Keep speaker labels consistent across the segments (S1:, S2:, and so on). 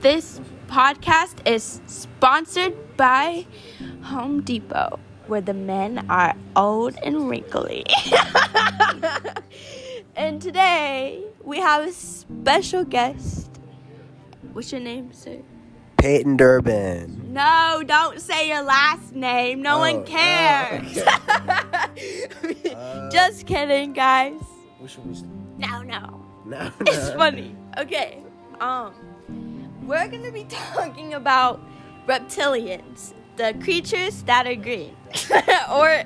S1: This podcast is sponsored by Home Depot, where the men are old and wrinkly. and today we have a special guest. What's your name, sir?
S2: Peyton Durbin.
S1: No, don't say your last name. No
S2: Oh,
S1: one
S2: oh,
S1: cares. Just kidding, guys.
S2: What should we?
S1: No, no.
S2: No,
S1: It's funny. Okay. Um, we're gonna be talking about reptilians, the creatures that are green, or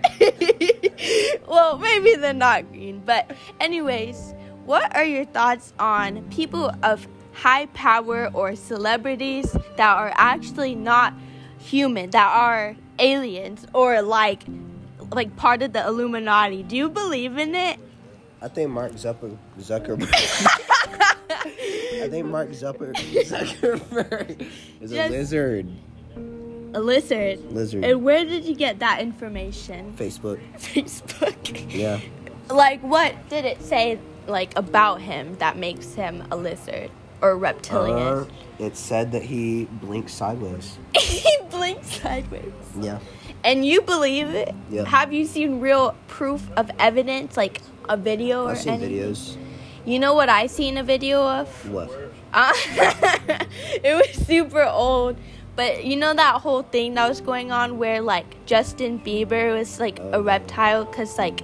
S1: well, maybe they're not green. But anyways, what are your thoughts on people of high power or celebrities that are actually not human, that are aliens or like like part of the Illuminati? Do you believe in it?
S2: I think Mark Zucker, Zuckerberg. I think Mark Zucker, Zuckerberg is
S1: Just-
S2: a lizard.
S1: A lizard.
S2: Lizard.
S1: And where did you get that information?
S2: Facebook.
S1: Facebook.
S2: Yeah.
S1: Like, what did it say, like, about him that makes him a lizard or reptilian?
S2: Uh, it said that he blinks sideways.
S1: he blinks sideways.
S2: Yeah.
S1: And you believe it?
S2: Yeah.
S1: Have you seen real proof of evidence, like a video or
S2: I've seen
S1: anything?
S2: videos.
S1: You know what I seen a video of?
S2: What?
S1: Uh, it was super old. But you know that whole thing that was going on where like Justin Bieber was like a
S2: Oh.
S1: reptile cuz like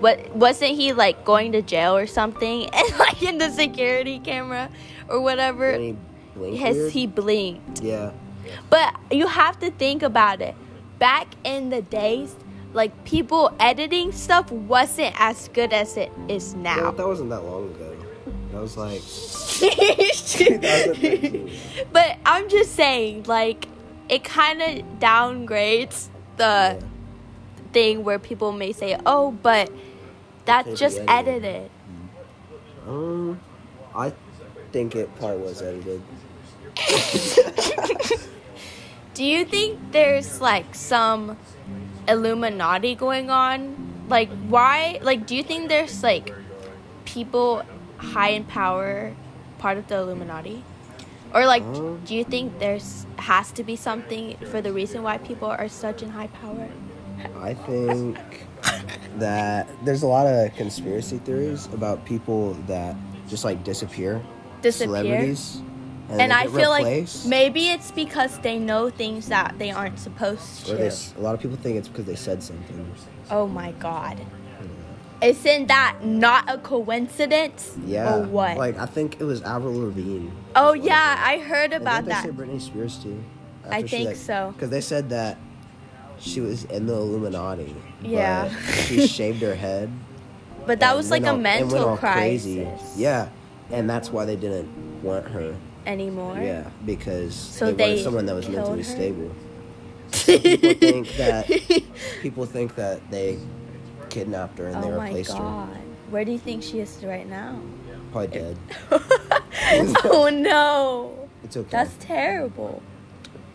S1: what wasn't he like going to jail or something and like in the security camera or
S2: When
S1: whatever
S2: he blinked
S1: has
S2: weird?
S1: he blinked.
S2: Yeah.
S1: But you have to think about it. Back in the days, like people editing stuff wasn't as good as it is
S2: That,
S1: now.
S2: that wasn't that long ago. That was like.
S1: but I'm just saying, like, it kind of downgrades the thing where people may say, "Oh, but that's
S2: Could've
S1: just
S2: been edited."
S1: edited."
S2: Um, I think it part was edited.
S1: Do you think there's like some Illuminati going on? Like, why? Like, do you think there's like people high in power part of the Illuminati? Or like,
S2: Um.
S1: do you think there's has to be something for the reason why people are such in high power?
S2: I think that there's a lot of conspiracy theories about people that just like disappear,
S1: Disappear.
S2: celebrities, and,
S1: And
S2: they
S1: I
S2: get
S1: feel
S2: replaced.
S1: like maybe it's because they know things that they aren't supposed to.
S2: Or they, s- a lot of people think it's because they said something.
S1: Oh my god. Isn't that not a coincidence?
S2: Yeah.
S1: Or Oh, what?
S2: Like I think it was Avril Lavigne.
S1: oh yeah, I heard
S2: And didn't
S1: about
S2: they
S1: that.
S2: say Britney Spears too?
S1: I think so.
S2: Because they said that she was in the Illuminati. but
S1: Yeah.
S2: she shaved her head.
S1: but that
S2: and
S1: was like
S2: went
S1: a
S2: all- and went
S1: mental
S2: all
S1: crisis.
S2: Yeah, and that's why they didn't want her.
S1: Anymore.
S2: Yeah, because
S1: So
S2: they,
S1: they
S2: wanted someone that was
S1: killed
S2: mentally
S1: her?
S2: stable. People think that people think that they kidnapped her and they
S1: oh my
S2: replaced
S1: god. Where do you think she is right now?
S2: her. Probably dead.
S1: oh no.
S2: It's okay.
S1: That's terrible.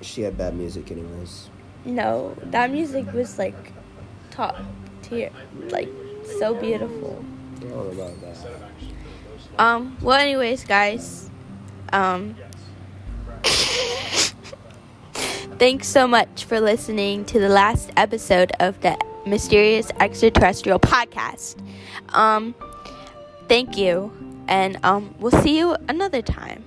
S2: She had bad music, anyways.
S1: No, that music was like top tier. Like so beautiful.
S2: I don't know about that.
S1: Um, well anyways guys. Um Thanks so much for listening to the last episode of the Mysterious Extraterrestrial Podcast. Um thank you and um we'll see you another time.